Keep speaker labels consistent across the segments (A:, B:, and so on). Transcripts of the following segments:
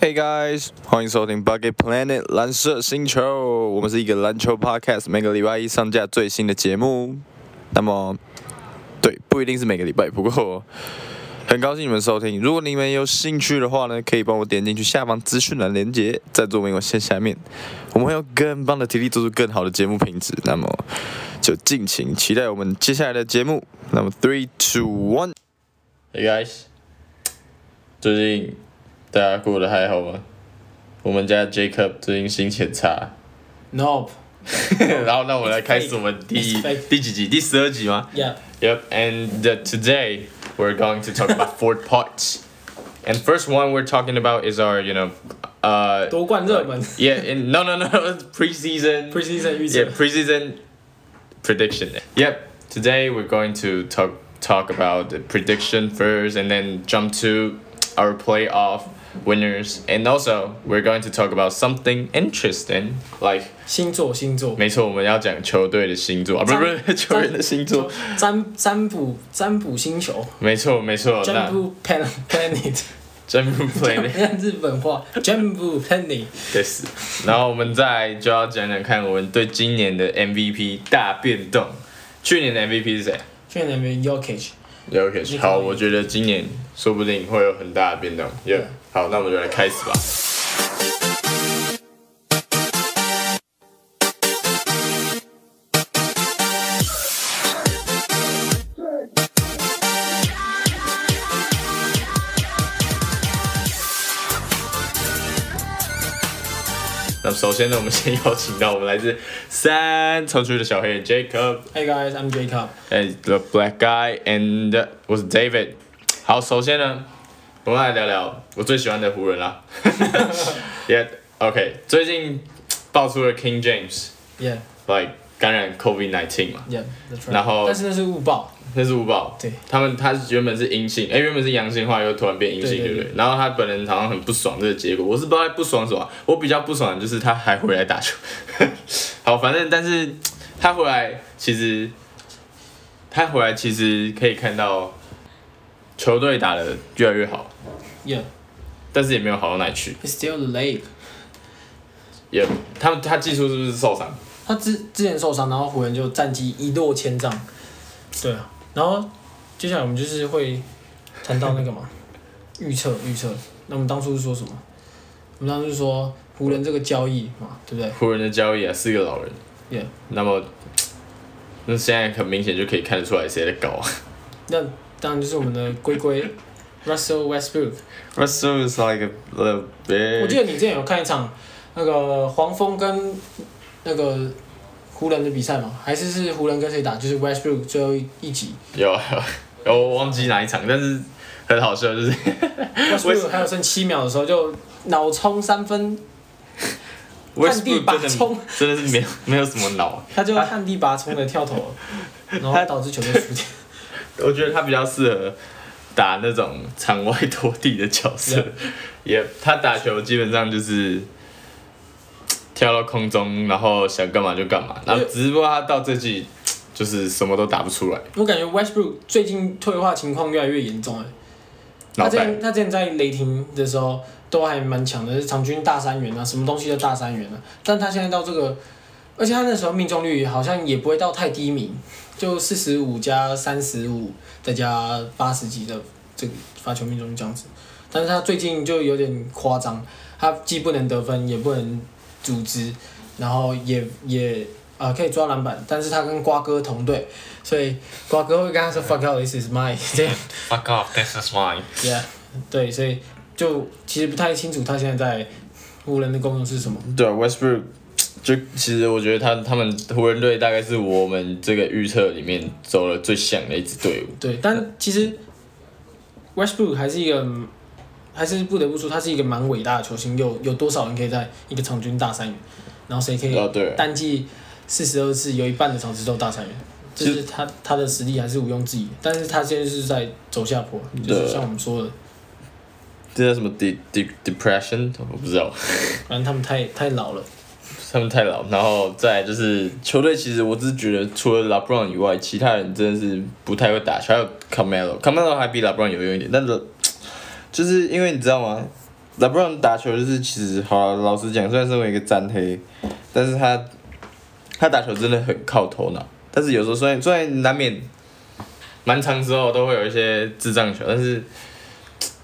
A: Hey guys，欢迎收听 Bucket Planet 蓝色星球，我们是一个篮球 podcast，每个礼拜一上架最新的节目。那么，对，不一定是每个礼拜，不过很高兴你们收听。如果你们有兴趣的话呢，可以帮我点进去下方资讯栏连接，在座文有线下面，我们会用更棒的体力做出更好的节目品质。那么，就敬请期待我们接下来的节目。那么，three two one。
B: Hey guys，最近大家过得还好吗？我们家 Jacob 最近心情很差，
C: Nope.
B: 然后那我们来开始我们第
C: It's fake.
B: 第几集？第十二集吗
C: Yeah.
B: ？Yep，and uh, today we're going to talk about four parts. And first one we're talking about is our, you know, uh,
C: 夺冠热门
B: yeah, in, no, no, no, preseason.
C: preseason 预测
B: Yeah, preseason prediction. Yep. Today we're going to talk talk about the prediction first, and then jump to our playoff winners, and also we're going to talk about something interesting like
C: 星座星座
B: 没错，我们要讲球队的星座啊，不是
C: 占
B: 不是球员的星座，
C: 占占卜占卜星球
B: 没错没错，那
C: 占卜 plan planet
B: 占卜 planet
C: 日本话占卜 planet
B: です。然后我们再就要讲讲看我们对今年的 MVP 大变动，去年的 MVP 是谁？
C: 去年没 Yokage
B: 了
C: 可
B: 解，
C: 以
B: 好，我觉得今年说不定会有很大的变动。耶、好，那我们就来开始吧。那首先呢，我们先邀请到我们来自三重区的小黑 Jacob。
C: Hey guys I'm Jacob
B: and the black guy and was David。好，首先呢，我们来聊聊我最喜欢的湖人啦。yeah, OK，最近爆出了 King James，like
C: Yeah
B: 感染 COVID 1 9嘛，
C: Yeah that's right
B: 然后
C: 但是那是误报
B: 那是五宝，
C: 对
B: 他们他是原本是阴性，哎、原本是阳性，后来又突然变阴性，
C: 对对
B: 对不对？然后他本人好像很不爽这个结果，我是不知道他不爽什么，啊我比较不爽的就是他还回来打球。 好，反正但是他回来其实，他回来其实可以看到球队打的越来越好，
C: Yeah
B: 但是也没有好到哪里去，
C: It's still the lake
B: 也他们他技术是不是受伤？
C: 他之之前受伤，然后湖人就战绩一落千丈。对啊，然后接下来我们就是会谈到那个 嘛，预测预测。那我们当初是说什么？我们当初是说湖人这个交易嘛，对不对？
B: 湖人的交易啊，四个老人，
C: Yeah
B: 那么那现在很明显就可以看得出来谁在搞啊。
C: 那当然就是我们的龟龟 Russell Westbrook。
B: Russell is like a
C: 我
B: little bit.
C: 记得你之前有看一场那个黄蜂跟那个湖人的比赛嘛，还是是湖人跟谁打？就是 Westbrook 最后一一 集
B: 有有有， 我忘记哪一场，但是很好笑，就是
C: ，Westbrook 还有剩七秒的时候就脑冲三分旱地
B: Westbrook
C: 拔
B: 真的
C: 葱
B: 真的是没有没有什么脑，
C: 他就旱地拔葱的跳投，然后导致球队输掉。
B: 我觉得他比较适合打那种场外拖地的角色
C: Yeah.，
B: 也、他打球基本上就是。跳到空中，然后想干嘛就干嘛，
C: 呃
B: 然后只不过他到这季就是什么都打不出来，
C: 我感觉 Westbrook 最近退化情况越来越严重了。他
B: 脑
C: 之
B: 袋
C: 前他之前在雷霆的时候都还蛮强的，是场均大三元啊，什么东西都大三元啊。但他现在到这个，而且他那时候命中率好像也不会到太低迷，就四十五加三十五，再加八十几的这个发球命中率这样子。但是他最近就有点夸张，他既不能得分，也不能组织，然后也也呃可以抓篮板，但是他跟瓜哥同队，所以瓜哥会跟他说 “fuck out this is mine” 这样。
B: ，fuck off，this is mine。
C: Yeah，对，所以就其实不太清楚他现在在湖人的功用是什么。
B: 对啊，Westbrook 就其实我觉得他他们湖人队大概是我们这个预测里面走了最像的一支队伍。
C: 对，但其实 Westbrook 还是一个，还是不得不说他是一个蛮伟大的球星。有有多少人可以在一个场均大三元，然后谁可以
B: 啊对
C: 单季四十二次有一半的场次都大三元？
B: 其
C: 就
B: 实
C: 是他他的实力还是毋庸置疑，但是他现在是在走下坡，就是
B: 对
C: 像我们说的，
B: 这叫什么 de de depression？我不知道，
C: 反正他们太太老了。
B: 他们太老。然后再来就是球队，其实我只是觉得除了 LeBron 以外，其他人真的是不太会打球。还有 Carmelo，Carmelo 还比 LeBron 有用一点，但是就是因为你知道吗？ LeBron 打球就是其实好啊老实讲，虽然身为一个战黑，但是他他打球真的很靠头脑，但是有时候虽然虽然难免蛮长时候都会有一些智障球，但是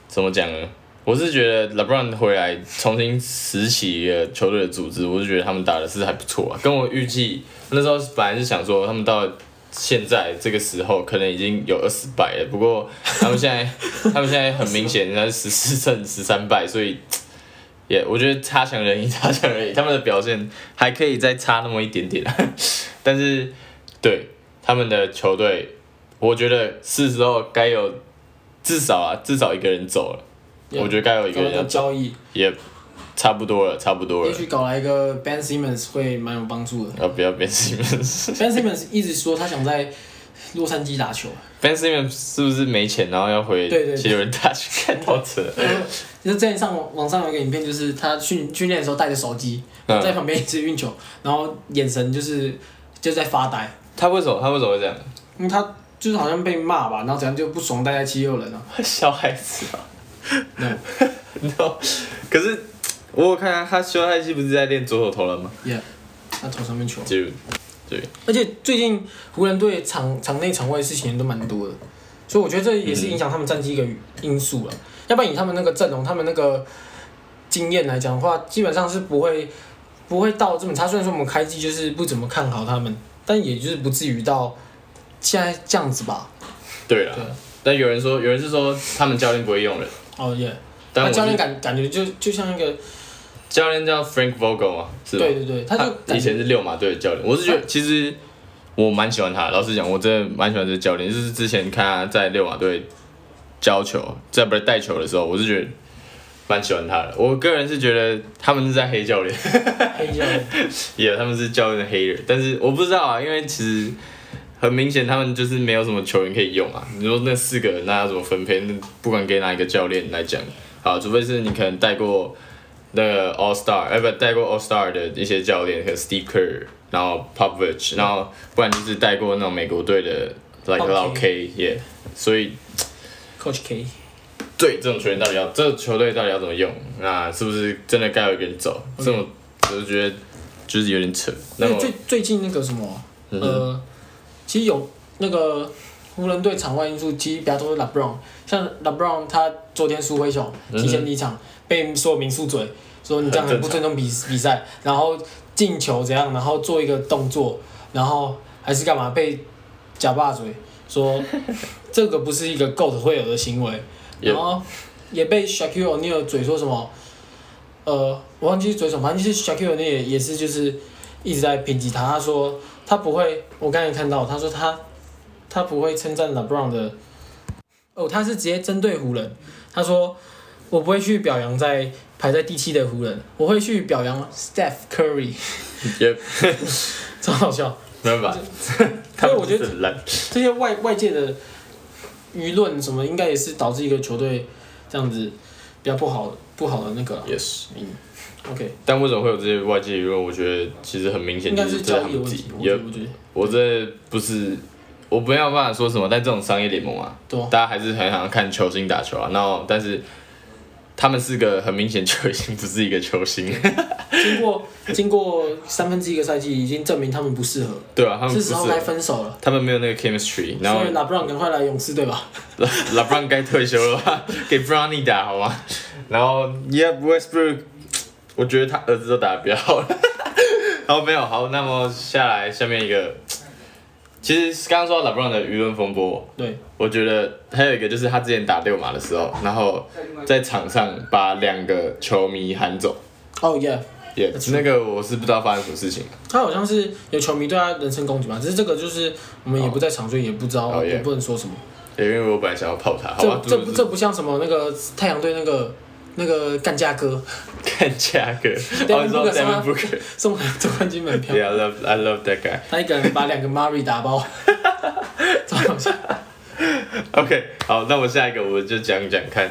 B: 怎么讲呢？我是觉得 LeBron 回来重新拾起一个球队的组织，我是觉得他们打的是还不错啊，跟我预计那时候本来是想说他们到现在这个时候可能已经有二十败了，不 过他们现在他们现在很明显他是十四胜十三败，所 以也我觉得差强人意，差强人意，他们的表现还可以再差那么一点 点啊，但是对他们的球队，我觉得是时候该有至少啊至少一个人走了。
C: Yeah，
B: 我觉得该有一个
C: 搞
B: 人
C: 那
B: 要
C: 个
B: 走，
C: 交易，
B: 也差不多了，差不多
C: 也
B: 了。
C: 许搞来一个 Ben Simmons 会蛮有帮助的。
B: 啊，不要 Ben Simmons。
C: Ben Simmons 一直说他想在洛杉矶打球，
B: Ben Simmons 是不是没钱，然后要回
C: 对对对
B: 七六人大学看到扯？
C: 就是之前上网网上有一个影片，就是他训训练的时候带着手机，
B: 嗯
C: 在旁边一直运球，然后眼神就是就在发呆，
B: 他为什么他为什么会这样？
C: 因为他就是好像被骂吧，然后怎样就不爽待在七六人啊。
B: 小孩子啊。
C: No
B: no，可是我有看他，他休赛期不是在练左手投篮吗？
C: Yeah，他投上面球。
B: 就
C: 而且最近湖人队场场内场外的事情都蛮多的，所以我觉得这也是影响他们战绩一个因素了。要不然以他们那个阵容、他们那个经验来讲的话，基本上是不会不会到这么差。虽然说我们开季就是不怎么看好他们，但也就是不至于到现在这样子吧。
B: 对了
C: 对。
B: 但有人说，有人是说他们教练不会用人，
C: 哦耶，
B: 但
C: 那
B: 我
C: 教练
B: 是
C: 感感觉就就像一个
B: 教练叫 Frank Vogel 嘛，是吧？
C: 对对对，他就
B: 他
C: 感
B: 以
C: 觉
B: 前是六马队的教练，我是觉得其实我蛮喜欢他的。老实讲，我真的蛮喜欢这个教练，就是之前看他在六马队教球，在不是带球的时候，我是觉得蛮喜欢他的。我个人是觉得他们是在黑教练，
C: 黑教练
B: 也、他们是教练的黑人，但是我不知道啊，因为其实很明显他们就是没有什么球员可以用啊。你说那四个人那要怎么分配？那不管给哪一个教练来讲，好，除非是你可能带过那个 All Star，哎、不，带过 All Star 的一些教练，和 Steve Kerr，然后 Popovich，然后不然就是带过那种美国队的 like 老 K，也、yeah, 所以
C: Coach K，
B: 对这种球员到底要，这个球队到底要怎么用？那是不是真的该有一个人走？这种我就觉得就是有点扯。
C: 因
B: 那
C: 为
B: 么
C: 最最近那个什么，呃，其实有那个湖人队场外因素，其实比较多是 LeBron，像 LeBron 他昨天输灰熊，提前离场，被所有民宿嘴说你这样很不尊重比比赛，然后进球怎样，然后做一个动作，然后还是干嘛被假爸嘴说 这个不是一个 GOAT 会有的行为，
B: 也
C: 然后也被 Shaquille O'Neal 嘴说什么，呃，我忘记是嘴什么，反正就是 Shaquille O'Neal 也也是就是一直在抨击他，他说他不会，我刚才看到他说他他不会称赞 LeBron 的，哦，他是直接针对湖人，他说我不会去表扬在排在第七的湖人，我会去表扬 Steph Curry，
B: 也
C: 超好笑。
B: 没办 法，他
C: 所以
B: 们
C: 我觉得
B: 就是很烂。
C: 这些外外界的舆论什么，应该也是导致一个球队这样子比较不好不好的那个啦。
B: Yes，
C: 嗯，OK，
B: 但为什么会有这些外界舆论？我觉得其实很明显
C: 应
B: 就
C: 该是
B: 这
C: 交
B: 他
C: 易的
B: 们
C: 问
B: 自
C: 题
B: 己。，
C: 我觉
B: Yep，
C: 得，我觉得，
B: 我这不是我没有办法说什么，但这种商业联盟啊，
C: 对 啊
B: 大家还是很想要看球星打球啊。然后，但是他们四个很明显就已经不是一个球星，
C: 经过经过三分之一个赛季，已经证明他们不适合，
B: 对啊，他们不
C: 是
B: 是
C: 时候该分手了。
B: 他们没有那个 chemistry，然后
C: 所以 LeBron 赶快来勇士队吧。
B: 拉拉布朗该退休了吧？给 Brownie 打好吗？然后 Yeah Westbrook，我觉得他儿子都打得比较好了。 好，没有好，那么下来下面一个，其实刚刚说到拉布朗的舆论风波，
C: 对，
B: 我觉得还有一个就是他之前打六马的时候，然后在场上把两个球迷喊走，
C: 哦、yeah，
B: 也、那个我是不知道发生什么事情，
C: 他好像是有球迷对他人身攻击嘛，只是这个就是我们也不在场，所以也不知道，
B: 哦，yeah
C: 也不能说什么。
B: 也因为我本来想要泡他，好啊
C: 这
B: 吧，
C: 这不这不像什么那个太阳队那个那个干架哥
B: 看价格，
C: Devin
B: 哦，你说
C: Booker 是
B: Devin
C: 吗
B: Booker，Yeah
C: 送他总冠军 门票。
B: I love I love that guy。
C: 他一个人把两个 Murray 打 包，超好笑。
B: OK，好，那我下一个我就讲讲看，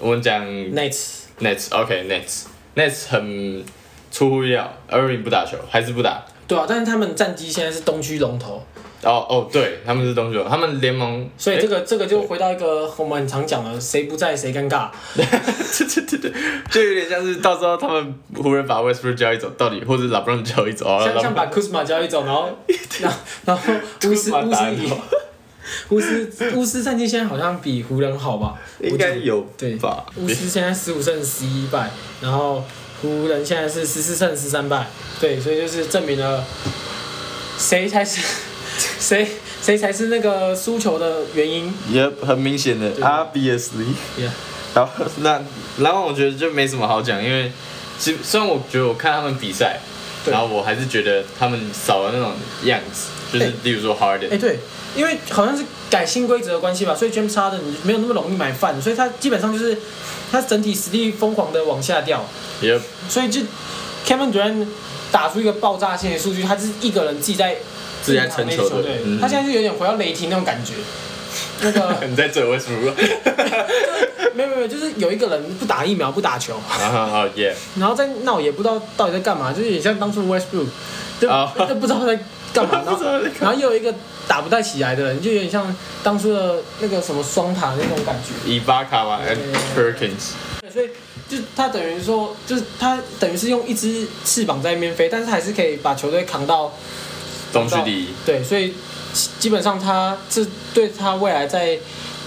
B: 我们讲
C: Nets
B: Nets，OK，Nets，Nets 很出乎意料，Irving 不打球，还是不打，
C: 对啊，但是他们战绩现在是东区龙头，
B: 哦哦，对，他们是东区他们联盟，
C: 所以这个
B: 个
C: 这个就回到一个我们很常讲的，谁不在谁尴
B: 啊
C: 尬。
B: 对对对对，就有点像是到时候他们湖人把 Westbrook 交易走，到底或者 LeBron 交易走，然
C: 像
B: 后
C: 像
B: LeBron-
C: 把 Kuzma 交易走，然后 然后然后巫师
B: Kuzma
C: 巫
B: 打
C: 师
B: 得
C: 以
B: 好
C: 巫师巫师战绩现在好像比湖人好吧？
B: 应该有
C: 对
B: 吧？
C: 巫师现在十五胜十一败，然后湖人现在是十四胜十三败，对，所以就是证明了谁才是 谁谁才是那个输球的原因。
B: Yep，很明显的，obviously。
C: Yeah.
B: 然后 那篮网我觉得就没什么好讲，因为其实虽然我觉得我看他们比赛，
C: 对
B: 然后我还是觉得他们少了那种样子，就是
C: 哎
B: 例如说 Harden，、
C: 哎、对，因为好像是改新规则的关系吧，所以 James Harden 没有那么容易买饭，所以他基本上就是他整体实力疯狂的往下掉，
B: 也
C: 所以就 Kevin Durant 打出一个爆炸性的数据，他是一个人自己在
B: 自己在撑球队
C: 队，
B: 嗯
C: 他现在就有点回到雷霆那种感觉。那个
B: 你在这为什么？
C: 没有没有，就是有一个人不打疫苗不打球，
B: 然后哦耶，
C: 然后在闹也不知道到底在干嘛，就是也像当初 Westbrook，就、
B: 哦
C: 就不知道在干 嘛，然
B: 不
C: 后
B: 知道在干嘛
C: 然后又有一个打不太起来的人，就有点像当初的那个什么双塔那种感觉。
B: 伊巴卡嘛
C: 对
B: ，and Perkins，
C: 对所以就他等于说，就是他等于是用一只翅膀在那边飞，但是还是可以把球队扛到
B: 东区第一，
C: 对，所以基基本上他这对他未来在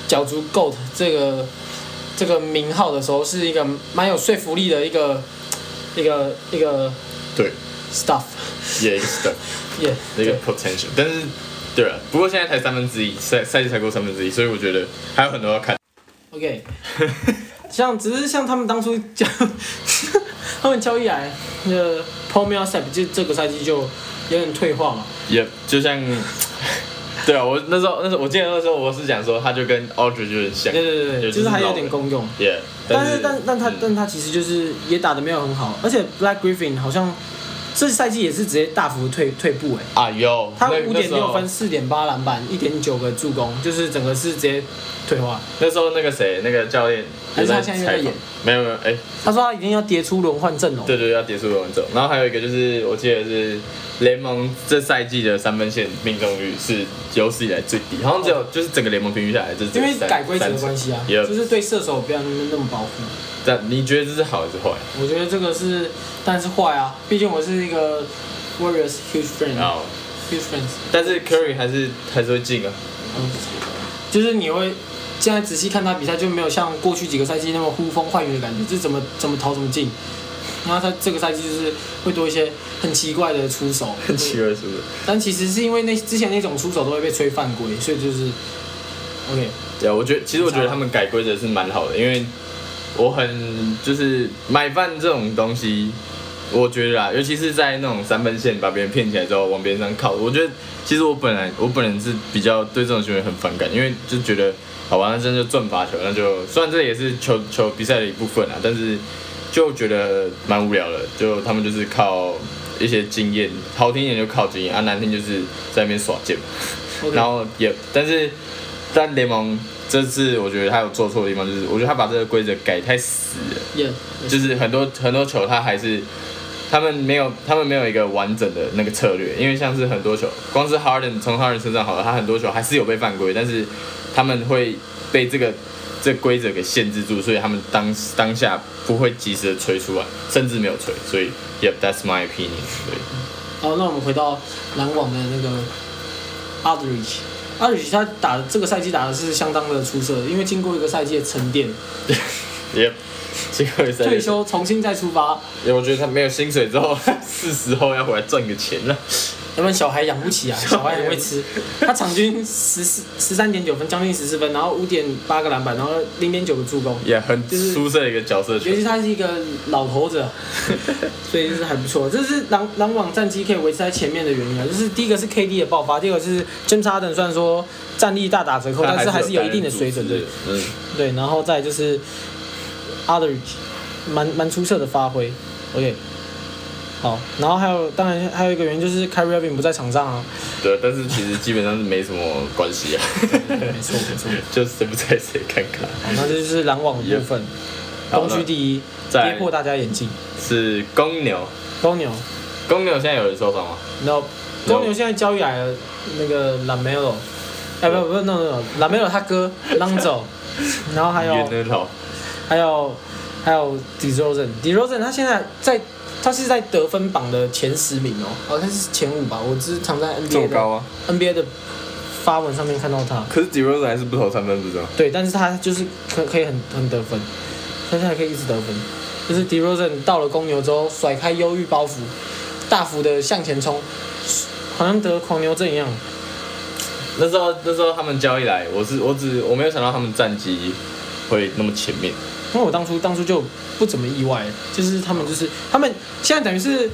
C: 角逐 GOAT 这个这个名号的时候，是一个蛮有说服力的一个一个一个
B: 对，
C: stuff，
B: 也是的，
C: 耶、
B: 那个 potential，但是对了，不过现在才三分之一，赛赛季才过三分之一，所以我觉得还有很多要看。
C: OK，像只是像他们当初交， 他们交易来那个 Paul Millsap 就这个赛季就有点退化嘛。
B: 也就像，对啊，我那时候那时候我记得那时候我是讲说，他就跟 Audrey 就很像，
C: 对对对对，就是还有点
B: 功，
C: 功用。
B: 也，
C: 但是但但他、
B: 嗯
C: 但他其实就是也打的没有很好，而且 Black Griffin 好像这赛季也是直接大幅退退步哎、
B: 啊有，
C: 他
B: 那
C: 五点六分，，四点八篮板，一点九个助攻，就是整个是直接退化。
B: 那时候那时候那个谁那个教练
C: 还
B: 有
C: 是他
B: 在
C: 现在
B: 采访，
C: 又在演
B: 没有没有，哎、
C: 他说他一定要跌出轮换阵容。
B: 对对对，要结束文走，然后还有一个就是我记得是联盟这赛季的三分线命中率是有史以来最低，好像只有、就是整个联盟平均下来就是只
C: 哦因
B: 有
C: 为
B: 三
C: 改规则的关系啊，
B: 也
C: 就是对射手不要那么保护。
B: 但你觉得这是好还是坏？
C: 我觉得这个是，但是坏啊，毕竟我是一个 Warriors huge
B: 然
C: fan，huge
B: 后，
C: fans，
B: 但是 Curry 还是还是会进啊，
C: 就是你会现在仔细看他比赛，就没有像过去几个赛季那么呼风唤雨的感觉，就是怎么怎么投怎么进。然后他这个赛季就是会多一些很奇怪的出手，
B: 很奇怪是不是？
C: 但其实是因为那之前那种出手都会被吹犯规，所以就是 OK，
B: 对啊，我觉得其实我觉得他们改规则是蛮好的，因为我很就是买饭这种东西，我觉得啦，尤其是在那种三分线把别人骗起来之后往别人上靠，我觉得其实我本来我本人是比较对这种行为很反感，因为就觉得好吧，那真的就赚罚球，那就虽然这也是球球比赛的一部分啦，但是就觉得蛮无聊的，就他们就是靠。一些经验，好听一点就靠经验，啊难听就是在那边耍贱嘛。
C: OK
B: 然后也，但是但联盟这次我觉得他有做错的地方，就是我觉得他把这个规则改太死了，
C: 也、yeah,
B: 就是很多很多球他还是他们没有他们没有一个完整的那个策略，因为像是很多球，光是 Harden 从 Harden 身上好了，他很多球还是有被犯规，但是他们会被这个。这规则给限制住，所以他们当当下不会及时的吹出来，甚至没有吹，所以 Yep, that's my opinion。对，
C: 好，那我们回到篮网的那个 a d r i c h a d r i c h 他打的这个赛季打的是相当的出色，因为经过一个赛季的沉淀，
B: Yep，结果也是
C: 退休重新再出发，
B: 因为我觉得他没有薪水之后， 是时候要回来赚个钱了。
C: 要不然小孩养不起啊，小孩很会吃。他场均十四十三点九分，将近十四分，然后五点八个篮板，然后零点九个助攻，
B: 也很
C: 就是
B: 出色的一个角色球
C: 尤，其他是一个老头 子，啊所以就是还不错。这是篮篮网战绩可以维持在前面的原因啊，就是第一个是 KD 的爆发，第二个是 James Harden 虽然说战力大打折扣，但是还是有一定的水准
B: 对
C: 对。，
B: 嗯，
C: 对，然后再就是 a d r i c 蛮蛮出色的发挥，OK。好，然后还有当然还有一个原因就是 Kyrie Irving 不在场上啊，
B: 对，但是其实基本上是没什么关系啊，
C: 没错没错。
B: 就谁不在谁看看。
C: 好，那这就是篮网的部分，
B: 好
C: 东区第一，
B: 再
C: 跌破大家眼镜。
B: 是公牛，
C: 公牛
B: 公牛现在有人受伤吗？
C: ，No，公牛现在交易来了那个 Lamelo，哎、不不不，no no no，Lamelo 他哥 Lonzo，然后还有
B: 约那老
C: 还有还有 DeRozan，DeRozan 他现在在他是在得分榜的前十名哦，好像是前五吧，我只是常在
B: 这
C: NBA
B: 么高
C: 的
B: 啊？
C: NBA 的发文上面看到他，
B: 可是 d e r o z 还是不投三分，不是吗？
C: 对，但是他就是可可以很很得分，他现在可以一直得分，就是 DeRozan 到了公牛之后甩开忧郁包袱，大幅的向前冲，好像得狂牛症一样，
B: 那时候那时候他们交易来，我是我只我没有想到他们战绩会那么前面。
C: 因为我当初当初就不怎么意外，就是他们就是他们现在等于是。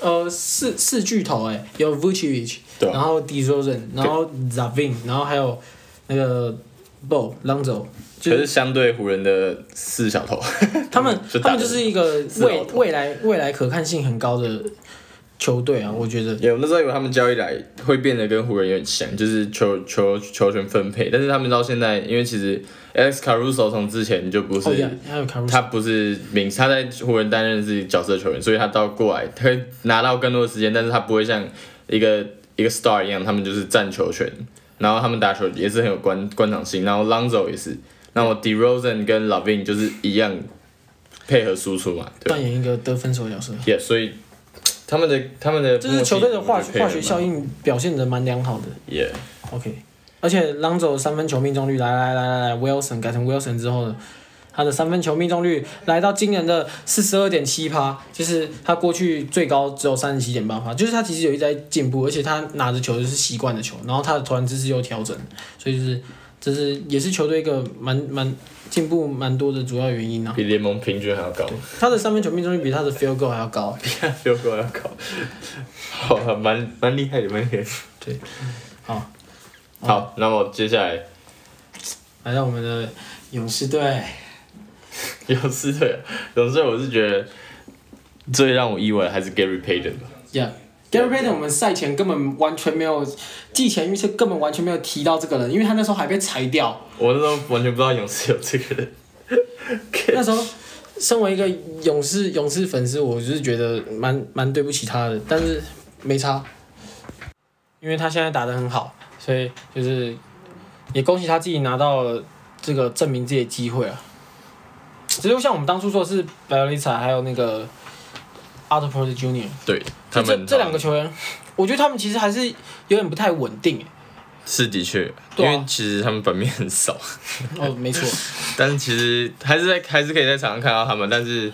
C: 呃，四四巨头哎、有 Vucevic，、
B: 对啊
C: 然后 d e r o z e n 然后 Zavin，然后还有那个 Bo Lonzo，就
B: 可是相对湖人的四小头，
C: 他们
B: 嗯是
C: 他
B: 打
C: 们
B: 得
C: 就是一个
B: 是
C: 未
B: 老头
C: 未来未来可看性很高的球队啊，我觉得。
B: 有那时候以为他们交易来会变得跟湖人有点像，就是球球球权分配，但是他们到现在，因为其实 Alex Caruso 从之前就不是。
C: 哦，对，还有 Caruso，
B: 他不是明，他在湖人担任是角色球员，所以他到过来，他会拿到更多的时间，但是他不会像一个一个 star 一样，他们就是占球权，然后他们打球也是很有观观赏性，然后 Lonzo 也是，那我 DeRozan 跟 Lavin 就是一样配合输出嘛，对吧
C: 扮演一个得分手角色，
B: ？Yeah，所以他们的他们的
C: 就是球队的化学化学效
B: 应
C: 应表现的蛮良好的。
B: ，Yeah，
C: OK，而且 l o n z o 三分球命中率来来来来来，Wilson 改成 Wilson 之后呢，他的三分球命中率来到惊人的四十二点七趴，就是他过去最高只有三十七点八趴，就是他其实有一直在进步，而且他拿着球就是习惯的球，然后他的投篮姿势又调整，所以就是这是也是球队一个蛮蛮进步蛮多的主要原因啊。
B: 比联盟平均还要高，
C: 他的三分球命中率比他的 field goal 还要高，
B: 六个要高，好，蛮蛮厉害的，蛮厉害的。
C: 对，嗯好，
B: 好，那么接下来
C: 来到我们的勇士队。
B: 勇士队，勇士队我是觉得最让我意外的还是 Gary Payton 吧。
C: Yeah. Gary Payton，我们赛前根本完全没有，季前预测根本完全没有提到这个人，因为他那时候还被裁掉。
B: 我那时候完全不知道勇士有这个人，
C: 那时候，身为一个勇士勇士粉丝，我就是觉得蛮蛮对不起他的，但是没差，因为他现在打得很好，所以就是也恭喜他自己拿到了这个证明自己的机会啊。只是像我们当初说的是 b e l i t a 还有那个 Otto Porter Jr.，
B: 对
C: 这这这两个球员，我觉得他们其实还是有点不太稳定欸耶。
B: 是的确，因
C: 对啊
B: 为其实他们版面很少，
C: 哦，没错，
B: 但是其实还是在还是可以在场上看到他们，但是。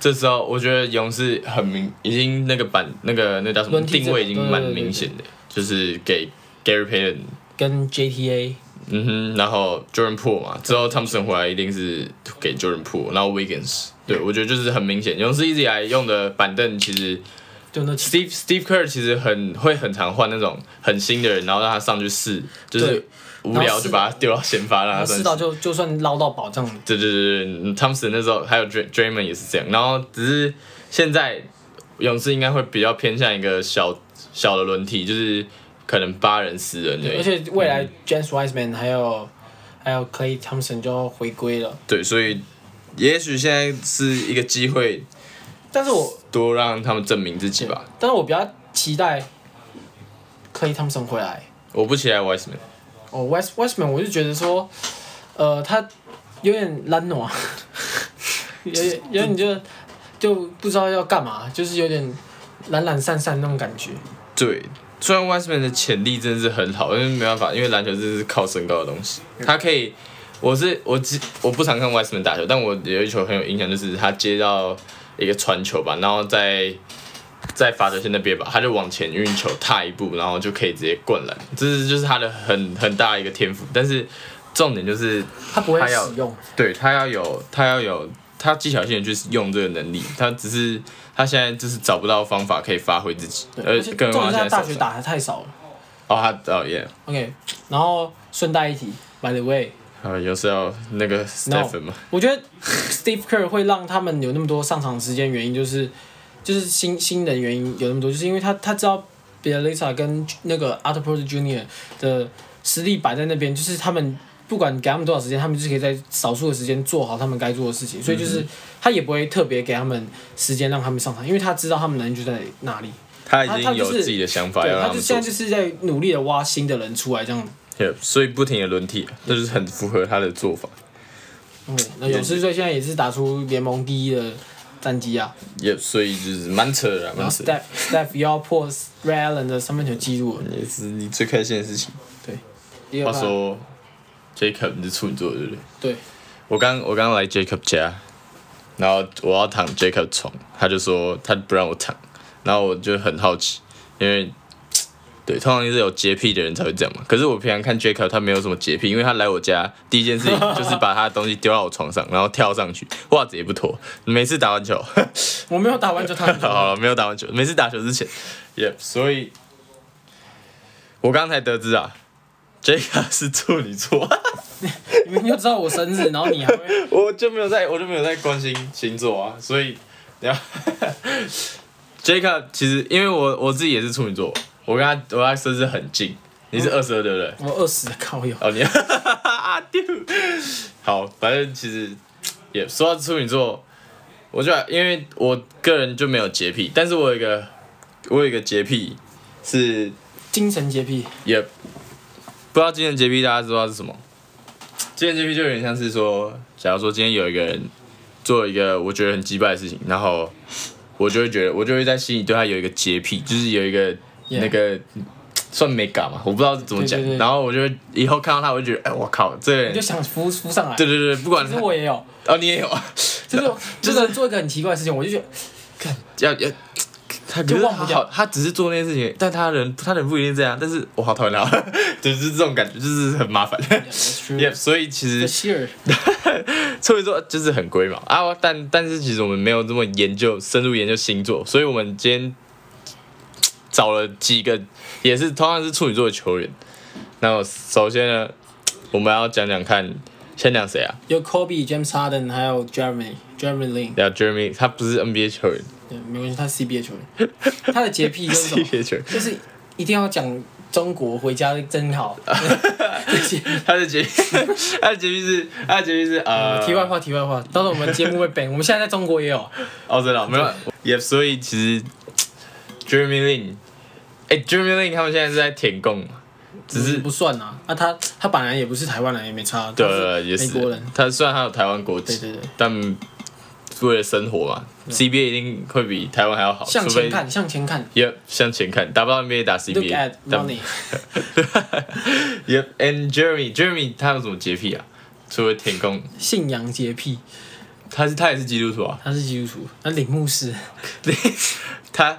B: 这时候我觉得勇士很明，已经那个版那个那叫什么
C: 轮替阵
B: 定位已经
C: 对对
B: 蛮
C: 对对
B: 明显的，就是给 Gary Payton，
C: 跟 JTA
B: 嗯哼，然后 Jordan Poole 嘛，之后 Thompson 回来一定是给 Jordan Poole，然后 Wiggins，对我觉得就是很明显，勇士一直以来用的板凳其实
C: 就那几
B: Steve Steve Kerr 其实很会很常换那种很新的人，然后让他上去试，就是
C: 对
B: 无
C: 然
B: 聊
C: 后试
B: 就把他丢到先发，让
C: 然
B: 他
C: 后
B: 上
C: 四
B: 去
C: 道就就算捞到宝藏了。
B: 对对对对嗯，Thompson 那时候还有 Dray- Draymond 也是这样，然后只是现在勇士应该会比较偏向一个小小的轮替，就是可能八人十人而已
C: 而且未来 James Wiseman 还有还有 Clay Thompson 就要回归了，
B: 对，所以也许现在是一个机会，
C: 但是我
B: 多让他们证明自己吧。
C: 但是我比较期待 Clay Thompson 回来。
B: 我不期待 Wiseman，
C: 哦，West Westman，我就觉得说，呃，他有点懒惰，啊 有点有点就就不知道要干嘛，就是有点懒懒散散那种感觉。
B: 对，虽然 Wiseman 的潜力真的是很好，但是没办法，因为篮球真的是靠身高的东西。
C: 嗯
B: 他可以，我是我只我不常看 Wiseman 打球，但我有一球很有印象，就是他接到一个传球吧，然后在在罚球线那边吧，他就往前运球踏一步，然后就可以直接灌篮，这是就是他的很很大一个天赋。但是重点就是
C: 他不会
B: 他要
C: 使用，
B: 对他要有，他要有，他技巧性的去用这个能力，他只是他现在就是找不到方法可以发挥自己，
C: 对
B: 而
C: 而且
B: 更
C: 重
B: 何
C: 点
B: 况
C: 是他
B: 现在
C: 大
B: 受
C: 学
B: 伤
C: 打的太少了。
B: 哦，他哦耶，
C: OK，然后顺带一提，By the way，
B: 啊，有时候那个 Stephen 嘛，
C: 我觉得 Steve Kerr 会让他们有那么多上场时间，原因就是就是新新人原因有那么多，就是因为他他知道 b i l l i s a 跟那个 Arthur Porter Jr. 的实力摆在那边，就是他们不管给他们多少时间，他们就是可以在少数的时间做好他们该做的事情，所
B: 嗯
C: 以就是他也不会特别给他们时间让他们上场，因为他知道他们能力就在哪里。
B: 他
C: 他
B: 已
C: 他
B: 经
C: 就
B: 有
C: 是
B: 自己的想法
C: 对
B: 要，让
C: 他
B: 啊他
C: 就
B: 们
C: 现
B: 做
C: 在，就是在努力的挖新的人出来，这样。
B: Yeah，所以不停的轮替，啊这就是很符合他的做法。
C: 嗯，那勇士队现在也是打出联盟第一的战绩啊，
B: 也、所以啊就是蛮扯的啦，
C: 然
B: 蛮
C: 后
B: 扯
C: Steph
B: 的，
C: Steph 要破 Ray Allen 的三分球记录了。
B: 也是你最开心的事情。
C: 第二
B: 话
C: 趴
B: 说，Jacob 你是处女座的对不对？
C: 对，
B: 我刚我刚来 Jacob 家，然后我要躺 Jacob 床，他就说他不让我躺，然后我就很好奇，因为对，通常是有洁癖的人才会这样嘛。可是我平常看 Jacob 他没有什么洁癖，因为他来我家第一件事情就是把他的东西丢到我床上，然后跳上去，袜子也不脱，每次打完球，
C: 我没有打完就他们
B: 好
C: 了。
B: 了，没有打完球，每次打球之前，Yep，所以，我刚才得知啊，Jacob 是处女座。
C: 你明明就知道我生日，然后你还会
B: 我就没有在，我就没有在关心星座啊，所以，然后 ，Jacob 其实因为我我自己也是处女座，我跟他我跟他生日很近，你是二十二对不对？
C: 我饿死的靠友。
B: 哦，你 啊丢，好，反正其实也说到处女座，我就因为我个人就没有洁癖，但是我有一个我有一个洁癖是
C: 精神洁癖，
B: 也不知道精神洁癖大家知道是什么？精神洁癖就有点像是说，假如说今天有一个人做一个我觉得很击败的事情，然后我就会觉得，我就会在心里对他有一个洁癖，就是有一个
C: Yeah
B: 那个算美感嘛，我不知道怎么讲
C: 对对。对
B: 然后我就会以后看到他，我就觉得，哎，我靠，这个
C: 你就
B: 人，
C: 想扶扶上来。
B: 对啊对对，不管
C: 其
B: 他
C: 实，我也有，
B: 哦，你也有，
C: 就是就是做一个很奇怪的事情，我就觉得
B: 要要。他
C: 就
B: 可是
C: 忘不
B: 他
C: 掉
B: 好，他只是做那件事情，但他人他人不一定这样，但是我好讨厌他， 就是这种感觉，就是很 麻烦。
C: Yeah,
B: Yep，所以其实
C: that's true. This year，
B: 处女座就是很龟毛啊，但但是其实我们没有这么研究深入研究星座，所以我们今天嘖找了几个也是同样是处女座的球员。那首先呢，嘖我们要讲讲看，先讲谁啊？
C: 有 Kobe、James Harden，还有 Jeremy、Jeremy Lin。
B: 聊 Jeremy，他不是 NBA 球员
C: 对，没关系，他是 CBA 球员，他的洁 癖就是什么？
B: ，CBA 球员，
C: 就是一定要讲中国回家真 好。这些
B: 他的洁癖，他的洁癖是，他的洁癖是呃，
C: 题外话，题外话，到时候我们节目会 ban，我们现在在中国也有。
B: 哦，真的哦没有。也、所以其实 Jeremy Lin，哎、j e r e m y Lin 他们现在是在舔共，只是
C: 不算啊，那、他他本来也不是台湾人，也没差，
B: 对
C: 他
B: 也是
C: 美国人。
B: 他虽然他有台湾国籍，
C: 对对对
B: 但为了生活嘛、c b a 一定会比台湾还要好，
C: 向
B: 除非
C: 前看，向前看
B: Yep，向前看，打不到 NBA 打
C: ，Look at
B: CBA。但
C: money，
B: Yep，and Jeremy，Jeremy 他有什么洁癖啊？除了舔共，
C: 信仰洁癖，
B: 他是他也是基督徒啊。
C: 他是基督徒，那领牧师，
B: 他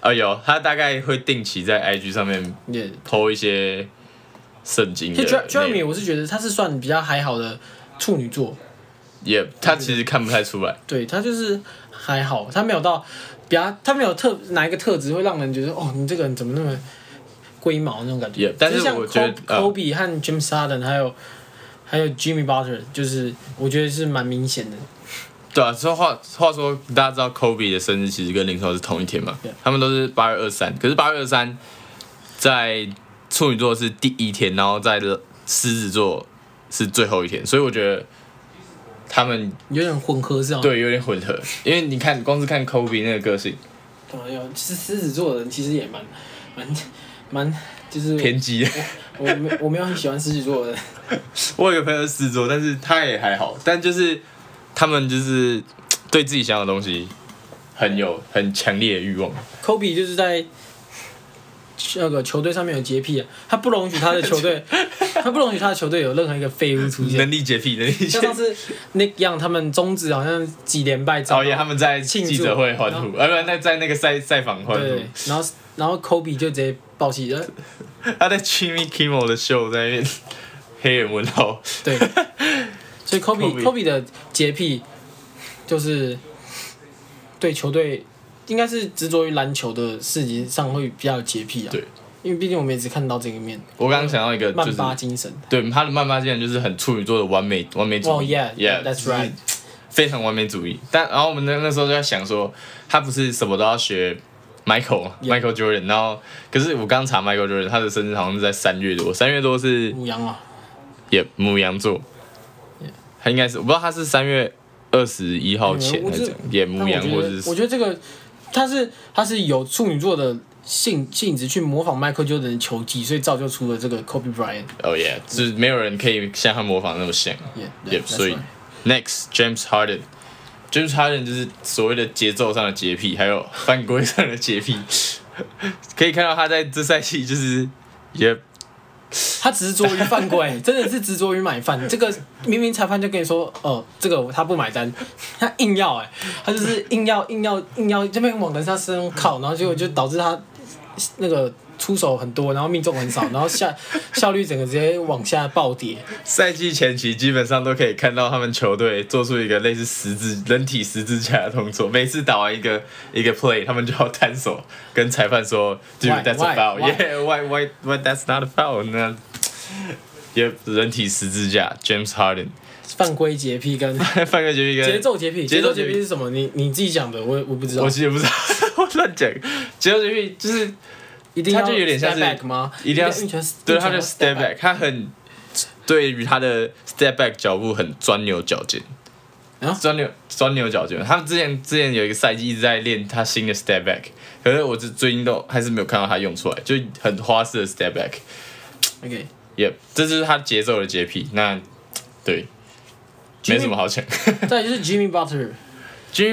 B: 啊有，他大概会定期在 IG 上面
C: 也。
B: PO 一些圣经的
C: 其
B: 内
C: 实 Jer-
B: 容。
C: Jeremy 我是觉得他是算比较还好的处女座，
B: 也、他其实看不太出来，
C: 对他就是还好，他没有到比较，他没有特哪一个特质会让人觉得哦，你这个人怎么那么龟毛那种感觉
B: Yeah，。但是
C: 只像
B: 我觉得呃
C: Kobe- Kobe 和 James Harden 还有还有 Jimmy Butler，就是我觉得是蛮明显的。
B: 对啊。说话话说，大家知道 Kobe 的生日其实跟林书豪是同一天嘛
C: Yeah
B: 他们都是八月二三，可是八月二三在处女座是第一天，然后在狮子座是最后一天，所以我觉得他们
C: 有点混合是吗？
B: 对有点混合，因为你看光是看 Kobe 那个个性
C: 对啊，有狮狮子座的人其实也蛮蛮蛮，就是
B: 偏激的。
C: 我没我没有很喜欢狮子座的人，
B: 我有个朋友是狮子座，但是他也还好，但就是他们就是对自己想要的东西很有很强烈的欲望。
C: 科比就是在那个球队上面有洁癖啊，他不容许他的球 队，他不容许他的球队有任何一个废物出现。
B: 能力洁癖，能力 洁
C: 像
B: 癖
C: 上。次 Nick Young 他们终止好像几连败之后，
B: 导哦演他们在记者会欢
C: 庆
B: 呼，呃，不，那在那个赛赛访欢
C: 对
B: 呼，，
C: 然后然后 Kobe 就直接暴气呃了，
B: 他在 Jimmy Kimmel 的秀在那边 黑人问号，
C: 对，所以 Kobe
B: Kobe
C: Kobe 的洁癖就是对球队应该是执着于篮球的事情上会比较有洁癖啊，
B: 对，
C: 因为毕竟我们也只看到这个面，
B: 我刚刚想到一个，就
C: 曼
B: 是
C: 巴精神，
B: 对他的曼巴竟然就是很处女座的完美完美主
C: 哦
B: 义
C: yeah，that's right，
B: 非常完美主义。但然后我们那那时候就在想说，他不是什么都要学 Michael 嘛
C: Yeah
B: Michael Jordan，然后可是我刚查 Michael Jordan，他的生日好像是在三月多，三月多是
C: 母羊啊，
B: 也母羊座，他应该是我不知道他是三月二十一号前
C: 哎我
B: 还
C: 就是
B: 怎样，也母
C: 但我
B: 羊
C: 觉
B: 或
C: 得
B: 者
C: 我
B: 是
C: 觉得这个他是他是有处女座的性性质去模仿迈克尔· Jordan 的球技，所以造就出了这个 Kobe Bryant。
B: 哦耶，就是没有人可以像他模仿得那么像。
C: Yeah,
B: Yep，
C: that's
B: 所以
C: right.
B: next James Harden。James Harden 就是所谓的节奏上的洁癖，还有犯规上的洁癖。 可以看到他在这赛季就是也
C: 他执着于犯 规，真的是执着于买饭。这个明明裁判就跟你说，哦，这个他不买单， 他硬要哎、他就是硬要硬要硬要这边往人家身上
B: 嗯
C: 靠，然后结果就导致他那个出手很多，然后命中 很少，然后下效率整个直接往下暴跌。
B: 赛季前期基本上都可以看到他们球队做出一个类似十字人体十字架的动作，每次打完一个一个 play，他们就要摊手跟裁判说
C: Why？
B: ，Dude that's a
C: Why？
B: foul,
C: Why？
B: yeah, why why why that's not a foul？那也人体十字架，James Harden
C: 犯规洁癖跟
B: 范哥觉得一个
C: 节奏洁癖，
B: 节
C: 节
B: 奏
C: 奏
B: 洁
C: 洁
B: 癖
C: 癖是什么？你你自己讲的，我我不知道
B: 我。其实不知道， 我乱讲。节奏洁癖就是
C: 一定要
B: 他就有点像
C: step
B: 是
C: back 吗？
B: 一定要
C: 运球，
B: 对，
C: 运球
B: 他就
C: 要
B: step
C: back
B: back，他很对于他的 step back 脚步很钻牛角尖，
C: 啊
B: 钻牛钻牛角尖。他们之前之前有一个赛季一直在练他新的 step back，可是我这最近都还是没有看到他用出来，就很花式的 step back。
C: OK，
B: 也、这就是他节奏的洁癖。那对，没什 么好讲。
C: 再来就是 Jimmy Butler，Jimmy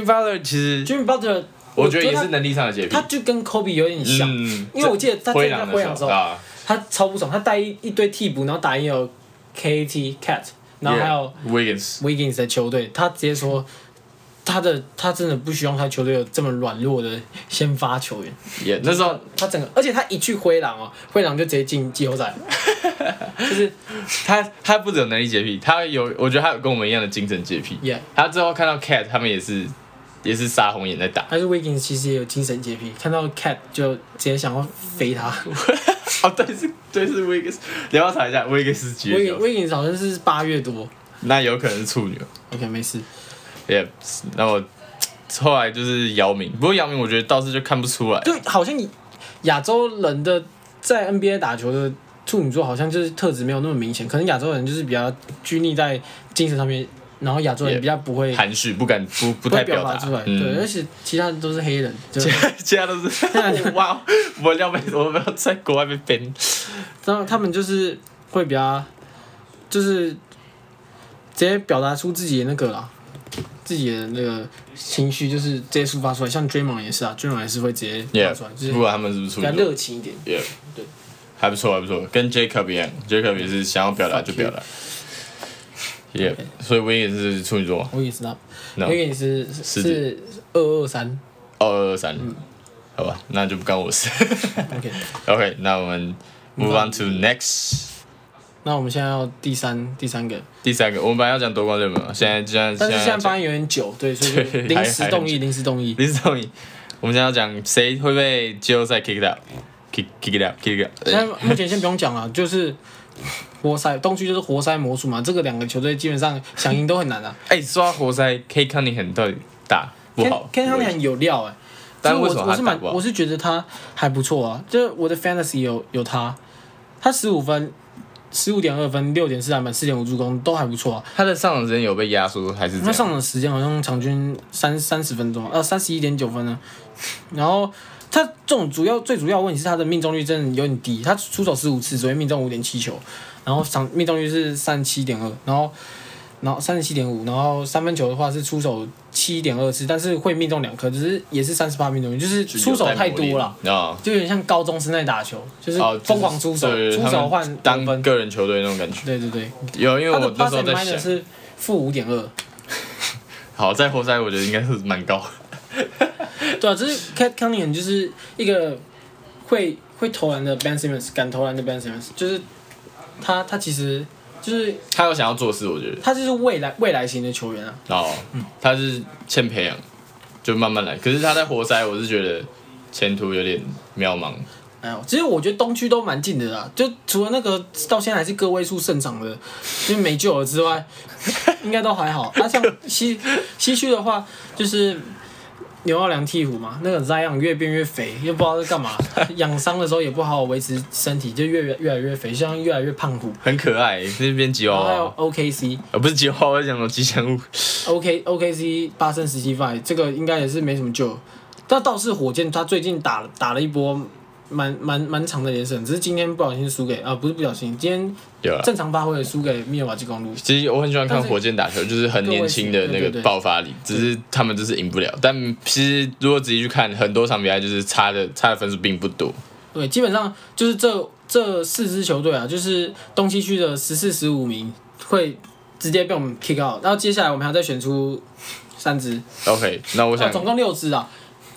B: Jimmy Butler 其实
C: Butler，
B: 我觉得也
C: 他
B: 是能力上的洁癖
C: 他。就跟 Kobe 有点像，
B: 嗯
C: 因为我记得他
B: 灰
C: 之前在
B: 狼
C: 灰
B: 的
C: 狼的
B: 时
C: 时
B: 候
C: 候，
B: 啊，
C: 他超不爽，他带一一堆替补，然后打赢有 KT Cat，然后还有
B: Wiggins，
C: Wiggins 的球队，他直接说他的他真的不希望他球队有这么软弱的先发球员，
B: 也、那时候
C: 他整个，而且他一去灰狼哦，灰狼就直接进季后赛，就是
B: 他他不只有能力洁癖，他有我觉得他有跟我们一样的精神洁癖。
C: Yeah
B: 他之后看到 Cat 他们也是也是杀红眼在 打。
C: 还是 Wiggins 其实也有精神洁癖，看到 Cat 就直接想要飞他。
B: 哦，对是对是 Wiggins，你要不要查一下 Wiggins 是几月
C: Wiggins
B: 九？
C: Wiggins 好像是八月多
B: 那有可能是处女。
C: ，OK 没事。
B: Yeah，那我后来就是姚明，不过姚明我觉得倒是就看不出来。
C: 对，好像你亚洲人的在 NBA 打球的处女座，好像就是特质没有那么明显，可能亚洲人就是比较拘泥在精神上面，然后亚洲人
B: Yeah
C: 比较不会
B: 含蓄，不敢不
C: 不
B: 不太
C: 会
B: 表
C: 表
B: 达
C: 达出来，对，而
B: 嗯，
C: 且其他人都是黑人，就
B: 其他其他都是哇，我要被我们要在国外被 ban。
C: 然后他们就是会比较就是直接表达出自己的那个啦。自己的那个情绪就是直接抒发出来，像 Draymond 也是啊，Draymond 也是会直接发
B: Yeah，
C: 出来就是
B: 不管他们是不是处
C: 比较
B: 女座
C: 热情一点。
B: 也
C: 对，
B: 还不错，还不错，跟 Jacob 一样，Jacob 也是想要表达就表达。也，所以我也是处女座，
C: 我也知道，
B: 那
C: 因为你是
B: 狮子
C: 是二二三
B: 二二三，
C: 嗯
B: 好吧，那就不干我事。
C: ，OK。
B: OK，那我们 move on to next
C: 那我们现在要第三第三个，
B: 第三个，我们本来要讲夺冠热门嘛，现在现在
C: 但是现在
B: 现在
C: 发现有点久，对，所以就
B: 对
C: 临时动
B: 还
C: 议，临时动议。
B: 林志颖，我们现在要讲谁会被季后赛 kick it out，kick kick it out，kick it out。
C: 那目前先不用讲了，就是活塞东区就是活塞魔术嘛，这个两个球队基本上想赢都很难啊。
B: 哎，说到活塞，K Cunningham 到底打不
C: Ken
B: 好
C: Ken 他们很有料哎，
B: 但
C: 就是
B: 为什么
C: 我
B: 他
C: 我是蛮
B: 打不好
C: 我是觉得他还不错啊，就是我的 fantasy 有有他，他十五分。十五点二分，六点四篮板，四点五助攻，都还不错啊。
B: 他的上场时间有被压缩还是怎
C: 他
B: 样？
C: 上场时间好像场均三三十分钟，呃，三十一点九分呢。 然后他这种主要最主要问题是他的命中率真的有点低，他出手十五次，只会命中五点七球，然后场命中率是三十七点二，然后然后三十七点五，然后三分球的话是出手七点二次，但是会命中两颗，只是也是三十八命中率，就是出手太多了。
B: 啊。
C: 就有点像高中生在打球，就是
B: 哦，
C: 呃
B: 就是
C: 疯狂出手，
B: 对
C: 出
B: 他
C: 手
B: 们
C: 换
B: 当
C: 得分。
B: 个人球队那种感觉。
C: 对对对，
B: 有，因为
C: 他的
B: 我那
C: plus
B: 时候
C: and
B: 在
C: minus
B: 想，
C: 是负五点二。
B: 好在活塞，我觉得应该是蛮高。
C: 对啊，只是 Cat Cunningham 就是一个会会投篮的 Ben Simmons，敢投篮的 Ben Simmons，就是他他其实就是
B: 他有想要做事，我觉得。
C: 他就是未来未来型的球员啊。
B: 哦，他是欠培养，就慢慢来。可是他在活塞，我是觉得前途有点渺茫。
C: 哎呦，其实我觉得东区都蛮近的啦，就除了那个到现在还是个位数胜场的，就是没救了之外， 应该都还好。那、像西西区的话，就是牛奥良鹈鹕嘛，那个 Zion 越变越肥，又不知道在干嘛，养伤的时候也不好好维持身体，就越越来越肥，像越来越胖虎。
B: 很可爱，那边吉娃
C: 然后还
B: 娃，
C: 有 OKC，
B: 呃、不是吉娃娃，我讲说吉祥物。
C: O K O K C 八胜十七败，这个应该也是没什么救。但倒是火箭，他最近打打了一波蛮蛮蛮长的连胜，只是今天不小心输给啊，不是不小心，今天
B: 有了。
C: 正常发挥输给密尔瓦基公路。
B: 其实我很喜欢看
C: 但是
B: 火箭打球，就是很年轻的那
C: 对对
B: 个
C: 对
B: 爆发力，只是他们就是赢不了。但其实如果仔细去看，很多场比赛就是差的差的分数并不多。
C: 对，基本上就是这这四支球队啊，就是东西区的十四、十五名会直接被我们 kick out，然后接下来我们还要再选出三支，
B: OK，那我
C: 哦
B: 想，
C: 总共六支啊，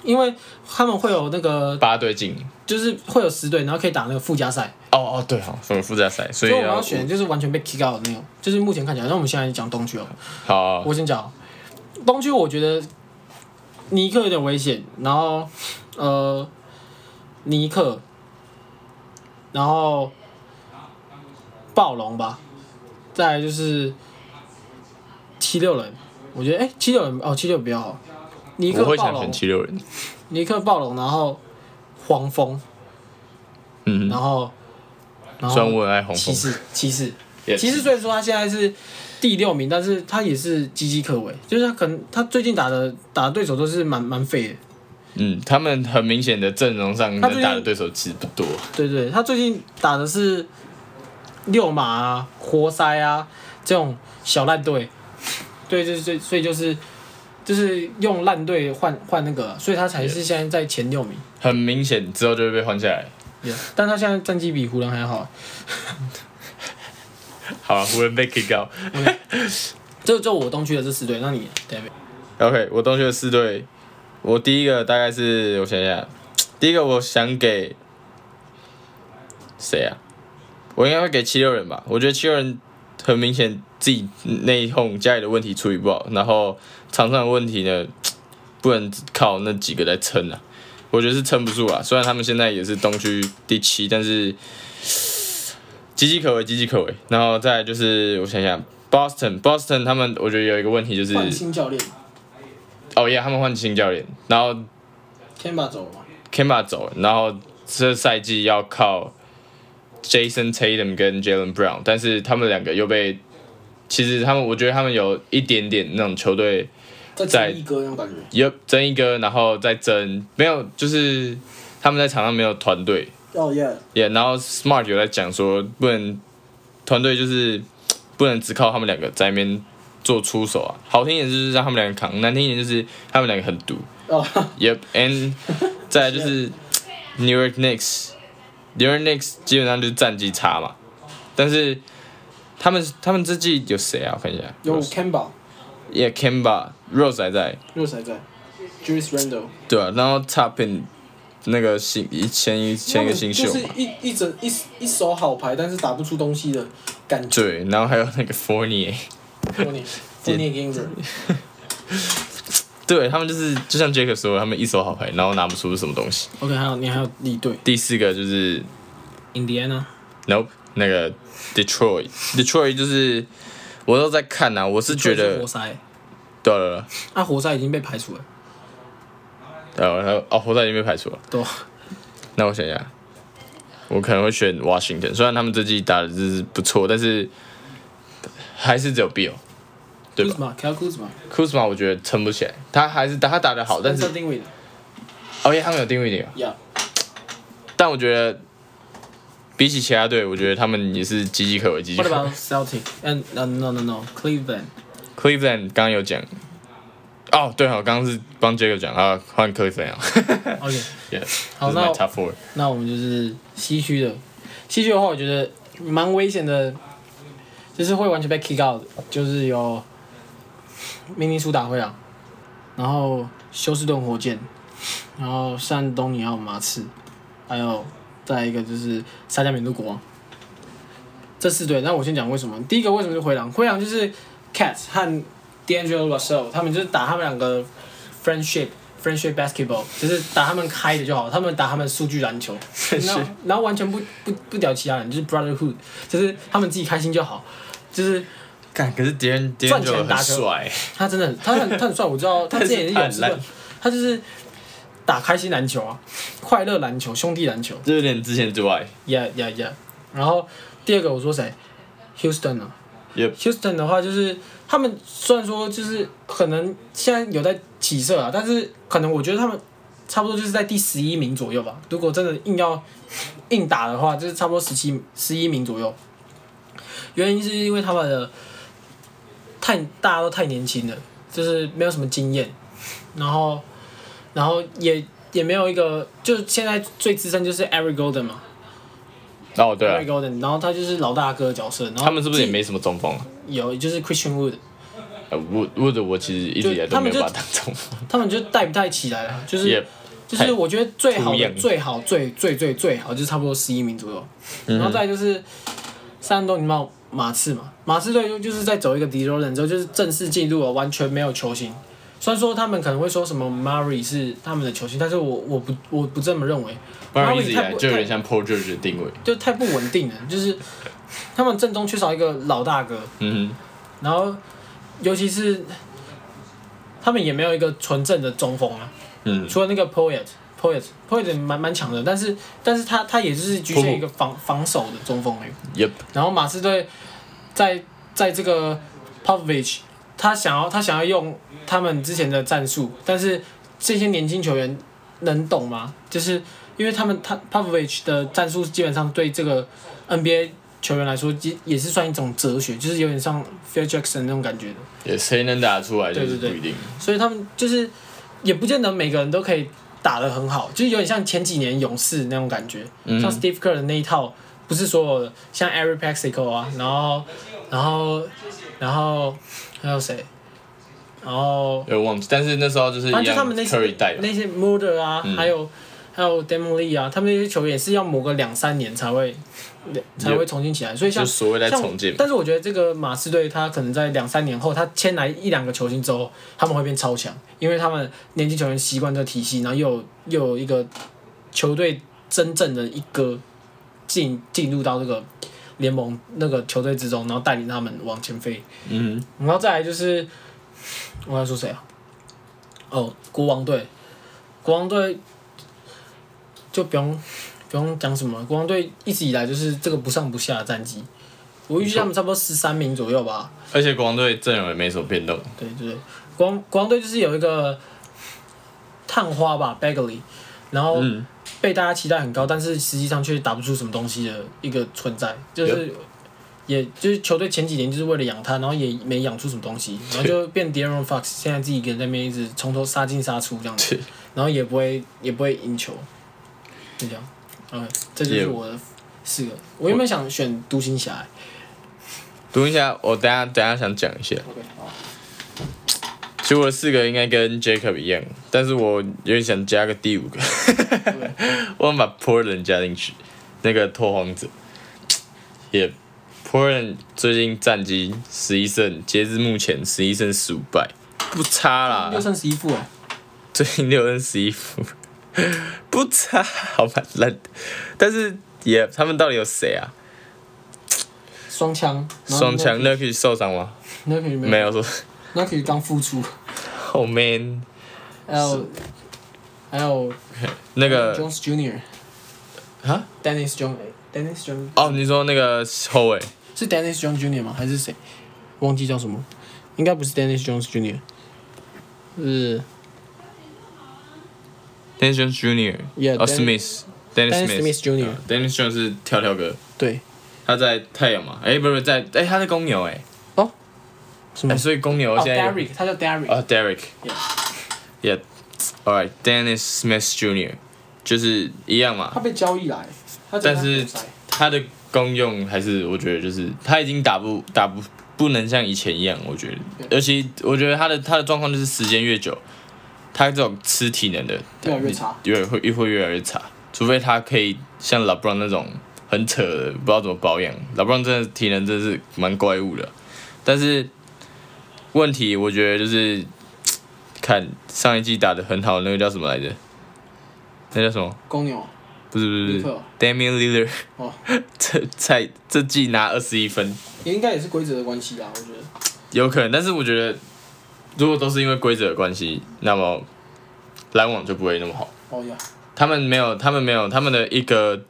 C: 因为他们会有那个
B: 八队进。
C: 就是会有十队，然后可以打那个附加赛，
B: 哦哦，对哦，什么附加赛，
C: 所
B: 所以
C: 以我们
B: 要
C: 要选就是完全被 kick out 的那种，就是目前看起来。那我们现在讲东区哦，
B: 好
C: 我先讲东区，我觉得尼克有点危险，然后呃尼克，然后暴龙吧，再来就是七六人，我觉得哎七六人哦七六人比较好，尼克
B: 我会
C: 暴
B: 想
C: 龙
B: 选，七六人。
C: 尼克暴龙，然后黄蜂，
B: 嗯
C: 然，后然
B: 虽然
C: 后
B: 我很爱红
C: 骑
B: 蜂，
C: 士骑士。
B: 也
C: 其实虽然说他现在是第六名，但是他也是岌岌可危，就是他可能他最近打的打的对手都是蛮蛮废的，
B: 嗯，他们很明显的阵容上
C: 他最近
B: 能打的对手其实不多。
C: 对对，他最近打的是六马啊、活塞啊这种小烂队，对对对，所以就是就是用烂队换换那个，所以他才是现在在前六名。
B: 很明显之后就会被换下来。
C: Yeah，但他现在战绩比湖人还好，
B: 好啊，湖人被 kick out。
C: 这就我东区的这四队，那你 David
B: OK，我东区的四队，我第一个大概是我想一下，第一个我想给谁啊？我应该会给七六人吧。我觉得七六人很明显自己内讧，家里的问题处理不好，然后场上的问题呢，不能靠那几个来撑啊。我觉得是撑不住啊。虽然他们现在也是东区第七，但是 岌岌可危，岌岌可危。然后再来就是我想想，Boston，Boston 他们我觉得有一个问题就是
C: 换新教练
B: 哦耶，他们换新教练，然后
C: k e m b a 走了吗？
B: Kemba 走了，然后这赛季要靠 Jason Tatum 跟 Jalen Brown，但是他们两个又被，其实他们我觉得他们有一点点那种球队
C: 在
B: 在
C: 一哥那种感觉。
B: 有争一个，然后再争没有，就是他们在场上没有团队，
C: 哦、yeah，
B: 也、然后 Smart 有在讲说不能团队就是不能只靠他们两个在那边做出手啊，好听一点就是让他们两个扛，难听一点就是他们两个很毒。
C: 哦、
B: Yep，and 再来就是 New York Knicks，New York Knicks 基本上就是战绩差嘛，但是他们他们这季有谁啊？我看一下，
C: 有 k e m b a
B: 也 Kemba Rose 还在，
C: 热谁在，Julius Randle。
B: 对啊，然后 Tapin 那个新一前一前一个新秀
C: 就是
B: 嘛，
C: 一一整一一手好牌，但是打不出东西的感觉。
B: 对，然后还有那个 Fournier，
C: 过年过年 injury，
B: 对他们就是就像杰克说的，他们一手好牌，然后拿不出什么东西。
C: OK，还有你还有一队
B: 第四个就是
C: Indiana，
B: Nope，那个 Detroit，Detroit 就是我都在看呐、啊，我是觉
C: 就是
B: 得
C: 活塞，
B: 对啊了对了。
C: 那、活塞已经被排除了，
B: 然后还有哦，活塞已经被排除了。
C: 对，
B: 那我想一下，我可能会选 Washington，虽然他们这季打的就是不错，但是还是只有 Bill。对吧
C: z m a k a l Kuzma，
B: Kuzma 我觉得撑不起来，他还是打他打的好，但是
C: 定位的
B: 哦耶，他们有定位点，
C: ，Yeah，
B: 但我觉得比起其他队，我觉得他们也是岌岌可危，岌岌
C: What
B: 可危
C: about。Celtic？And no no no no，Cleveland，
B: Cleveland 刚刚有讲，哦对哦，刚刚是帮 Jacob 讲啊，换 Cleveland 啊。
C: OK，
B: yeah,
C: 好
B: this is my
C: 那
B: top four。
C: 那我们就是西区的，西区的话，我觉得蛮危险的，就是会完全被 kick out，的就是有明尼苏达灰狼，然后休斯顿火箭，然后山东尼奥马刺，还有再一个就是沙加缅度国王，这四队。那我先讲为什么，第一个为什么是灰狼？灰狼就是 Cats 和 D'Angelo Russell，他们就是打他们两个 friendship friendship basketball，就是打他们开的就好，他们打他们数据篮球，然后然后完全不不不屌其他人，就是 brotherhood，就是他们自己开心就好，就是
B: 干，可是敌人敌人
C: 赚
B: 就
C: 钱
B: 很
C: 打球
B: 帅，
C: 他真的很他很他很帅，我知 道他之前也是
B: 他
C: 勇
B: 很
C: 士
B: 烂
C: 队，他就是打开心篮球啊，快乐篮球，兄弟篮球
B: 这有点之前之外。
C: ，yeah yeah yeah。然后第二个我说谁，Houston 啊
B: Yep
C: Houston 的话就是他们虽然说就是可能现在有在起色啊，但是可能我觉得他们差不多就是在第十一名左右吧。如果真的硬要硬打的话，就是差不多十七、十一名左右。原因是因为他们的太大家都太年轻了，就是没有什么经验，然后然后也也没有一个，就是现在最资深就是 Eric Golden 嘛、
B: 哦，对
C: e
B: 啊
C: r i c，Golden，然后他就是老大哥的角色，然后
B: 他们是不是也
C: 自己
B: 没什么中锋啊？
C: 有，就是 Christian Wood，
B: 呃，Wood Wood 我其实一直以来
C: 就他
B: 都没
C: 们
B: 有把
C: 就
B: 他当中锋，
C: 他们就带不带起来了，就是
B: 也
C: 就是我觉得最好
B: 太突
C: 的
B: 然
C: 最好最最最最好就是差不多十一名左右，
B: 嗯
C: 然后再来就是山东尼奥马刺嘛，马刺队就就是在走一个 d e r o n 之后，就是正式进入了完全没有球星。虽然说他们可能会说什么 Murray 是他们的球星，但是我我不我不这么认为，
B: 不然
C: Murray
B: 一直以
C: 太
B: 来
C: 不
B: 就有点
C: 太
B: 像 Paul George 的定位。
C: 就太不稳定了，就是他们阵中缺少一个老大哥，
B: 嗯
C: 然后尤其是他们也没有一个纯正的中锋啊，
B: 哼嗯，
C: 除了那个 poet poet poet 蛮蛮强的，但是但是他他也就是局限于一个防防守的中锋而已。
B: 也
C: 然后马刺队在在这个 Popovich，他想要他想要用他们之前的战术，但是这些年轻球员能懂吗？就是因为他们他 Popovich 的战术基本上对这个 NBA 球员来说也也是算一种哲学，就是有点像 Phil Jackson 那种感觉的。
B: 也谁能打得出来就是不
C: 对对对
B: 一定。
C: 所以他们就是也不见得每个人都可以打得很好，就是有点像前几年勇士那种感觉，
B: 嗯
C: 像 Steve Kerr 的那一套，不是所有的，像 Eric Paxico 啊，然后然后然后还有谁，然后
B: 有忘记，但是那时候就是一
C: 反
B: 样
C: 正就他们那些
B: Curry 带吧，
C: 那些 Murder 啊，还有还有 Damon Lee 啊，他们那些球员也是要磨个两三年才会才会重新起来，所以像
B: 就所谓在
C: 像
B: 重建嘛。
C: 但是我觉得这个马刺队，他可能在两三年后，他签来一两个球星之后，他们会变超强，因为他们年轻球员习惯这个体系，然后又有又有一个球队真正的一哥进进入到这个联盟那个球队之中，然后带领他们往前飞。
B: 嗯
C: 然后再来就是我要说谁啊？哦，国王队，国王队就不用不用讲什么了，国王队一直以来就是这个不上不下的战绩，我预计他们差不多十三名左右吧。
B: 哼，而且国王队阵容也没什么变动。
C: 对对对，国王国王队就是有一个探花吧 Bagley，然后
B: 嗯
C: 被大家期待很高，但是实际上却打不出什么东西的一个存在，就是。也就是球队前几年就是为了养他，然后也没养出什么东西，然后 就变 Deron Fox，现在自己一个人在那边一直从头杀进杀出这样子
B: 对，
C: 然后也不会也不会赢球，就这样。OK，这就
B: 也
C: 是我的四个。我原本想选独行侠、欸
B: 读一下，我等一下等一下想讲一下。
C: OK，好，
B: 其实我的四个应该跟 Jacob 一样，但是我有点想加个第五个， 我想把 Portland 加进去，那个拓荒者。也、Portland 最近战绩十一胜，截至目前十一胜十五败，不差啦
C: 六。胜十一负哎，
B: 最近六胜十一负， 不差，好吧，烂的。但是也、他们到底有谁啊？
C: 双枪，然后
B: 双强 n u k 受伤吗？
C: Nurkic
B: 没有说。
C: ，Nurkic 刚复出，
B: Oh man，
C: 还有还有
B: 那个
C: Jones Junior
B: 啊，
C: Dennis Jones Dennis Jones
B: 哦，你说那个后卫。
C: 是 Dennis Jones Junior 吗？还是谁？忘记叫什么？应该不是 Dennis Jones Junior，是
B: Dennis Jones Jr.
C: Yeah,
B: 哦
C: Dennis-
B: Smith Dennis
C: Dennis
B: Smith
C: Smith Jr.
B: 呃 Dennis Jones 是跳跳哥，
C: 对
B: 他在太阳嘛？哎，不是不是在，哎他在公牛哎，
C: 什么
B: 哎？所以公牛
C: 哦
B: 现在
C: ，Derrick，他叫 Derrick，
B: 啊 Derek Yeah All right Dennis Smith Jr. 就是一样
C: 他
B: 嘛，
C: 被交易来，他只
B: 但
C: 拿
B: 是
C: 比赛
B: 他的功用还是我觉得就是他已经打不打不不能像以前一样，我觉得，尤其我觉得他的他的状况就是时间越久，他这种吃体能的
C: 越来越差，
B: 越会越会越来越差，除非他可以像 LeBron 那种很扯的，不知道怎么保养。LeBron 真的体能真的是蛮怪物的，但是问题我觉得就是看上一季打的很好的那个叫什么来着？那叫什么？
C: 公牛啊
B: 不是不是
C: 尼克
B: 不是
C: 哦
B: ，Damian Lillard
C: 哦，
B: 这才这季拿二十一分，
C: 也应该也是规则的关系啊，我觉得。
B: 有可能，但是我觉得如果都是因为规则的关系，那么篮网就不会那么好。
C: 哦呀，
B: 他们没有，他们没有，他们的一个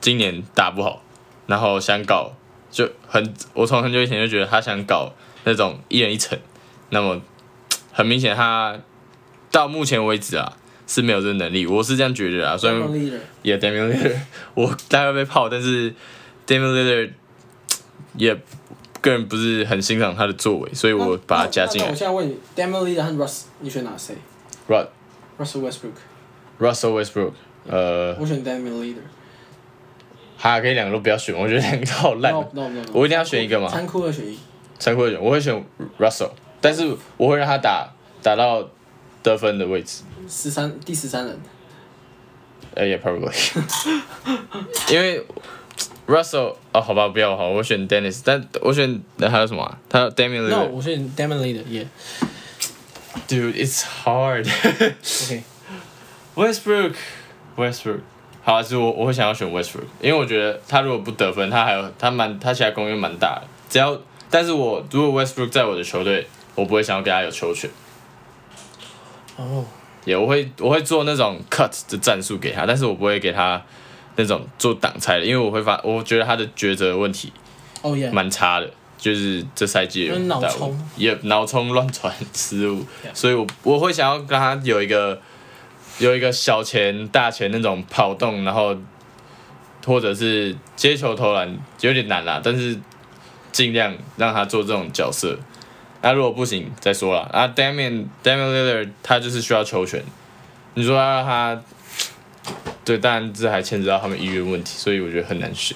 B: 今年打不好，然后想搞就很，我从很久以前就觉得他想搞那种一人一城，那么很明显他到目前为止啊，是没有这个能力，我是这样觉得啊。虽然
C: 能力的，
B: 也 Damian l i l l a r 我大概被泡，但是 Damian l i l l a r 也个人不是很欣赏他的作为，所以我把他加进
C: 那那那
B: 来
C: 我。现在问你 d a m i l e 和 Russ，你选哪谁
B: Rus
C: ？Russell Westbrook，
B: Russell Westbrook，呃，
C: 我选 d a m i l e
B: 哈，可以两个都不要选，我觉得两个都好烂
C: No
B: 哦。
C: No No，no
B: 我一定要选一个嘛
C: 残酷二选一。
B: 陈慧选，我会选 Russell，但是我会让他打打到得分的位置。
C: 十三第十三人，
B: 呃，也 probably，因为 Russell 哦，好吧，不要好，我选 Dennis，但我选那还有什么、啊？他 Damian
C: no, 我选 d a m i l e 的耶。
B: Lillard，dude，it's hard 。
C: OK，
B: Westbrook Westbrook，好、啊，是我我会想要选 Westbrook，因为我觉得他如果不得分，他还有他蛮他其他贡献蛮大的。只要，但是我如果 Westbrook 在我的球队，我不会想要给他有球权，
C: 哦，
B: 也我会我会做那种 cut 的战术给他，但是我不会给他那种做挡拆的，因为我会发我觉得他的抉择问题
C: 哦耶，
B: 蛮差的，就是这赛季有
C: 就是脑
B: 大
C: 冲
B: 问题也脑冲乱传 失误，所以我我会想要跟他有一个有一个小前大前那种跑动，然后或者是接球投篮有点难啦，但是尽量让他做这种角色。那、如果不行再说啦。啊，Damian Damian l i l l a r 他就是需要球权，你说要让他，对，当然这还牵扯到他们意愿问题，所以我觉得很难选。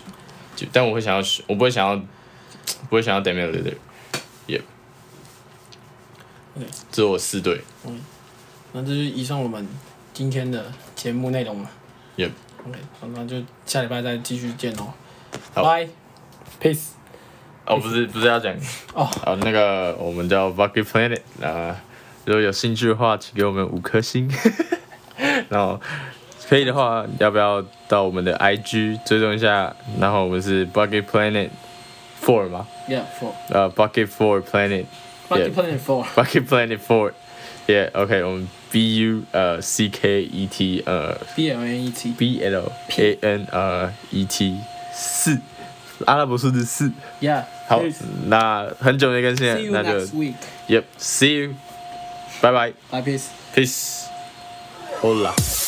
B: 就但我会想要选，我不会想要，不会想要 Damian l i l l a r y e
C: OK
B: 这是我四队。
C: 那这就是以上我们今天的节目内容了。
B: Yep
C: OK，好，那就下礼拜再继续见哦喽。
B: 好
C: Bye，peace。
B: 哦，不是，不是要讲
C: 哦
B: 啊，那个我们叫 Bucket Planet 啊，如果有兴趣的话，请给我们五颗星。 然后可以的话，要不要到我们的 IG 追踪一下？然后我们是 Bucket Planet Four 嘛，
C: Yeah, four.
B: 呃，Bucket Four Planet
C: Bucket
B: Yeah.
C: Planet Four.
B: Bucket Planet Four。Yeah，OK，、我们 B U 呃 C K E T 呃
C: B L N E T.
B: B L A N 呃 E T 四，阿拉伯数字四。
C: Yeah.
B: 好
C: peace.，
B: 那很久没更新
C: See
B: 了，
C: you
B: 那就
C: next week.
B: Yep. See you. Bye bye.
C: Bye, peace.
B: Peace. Hola.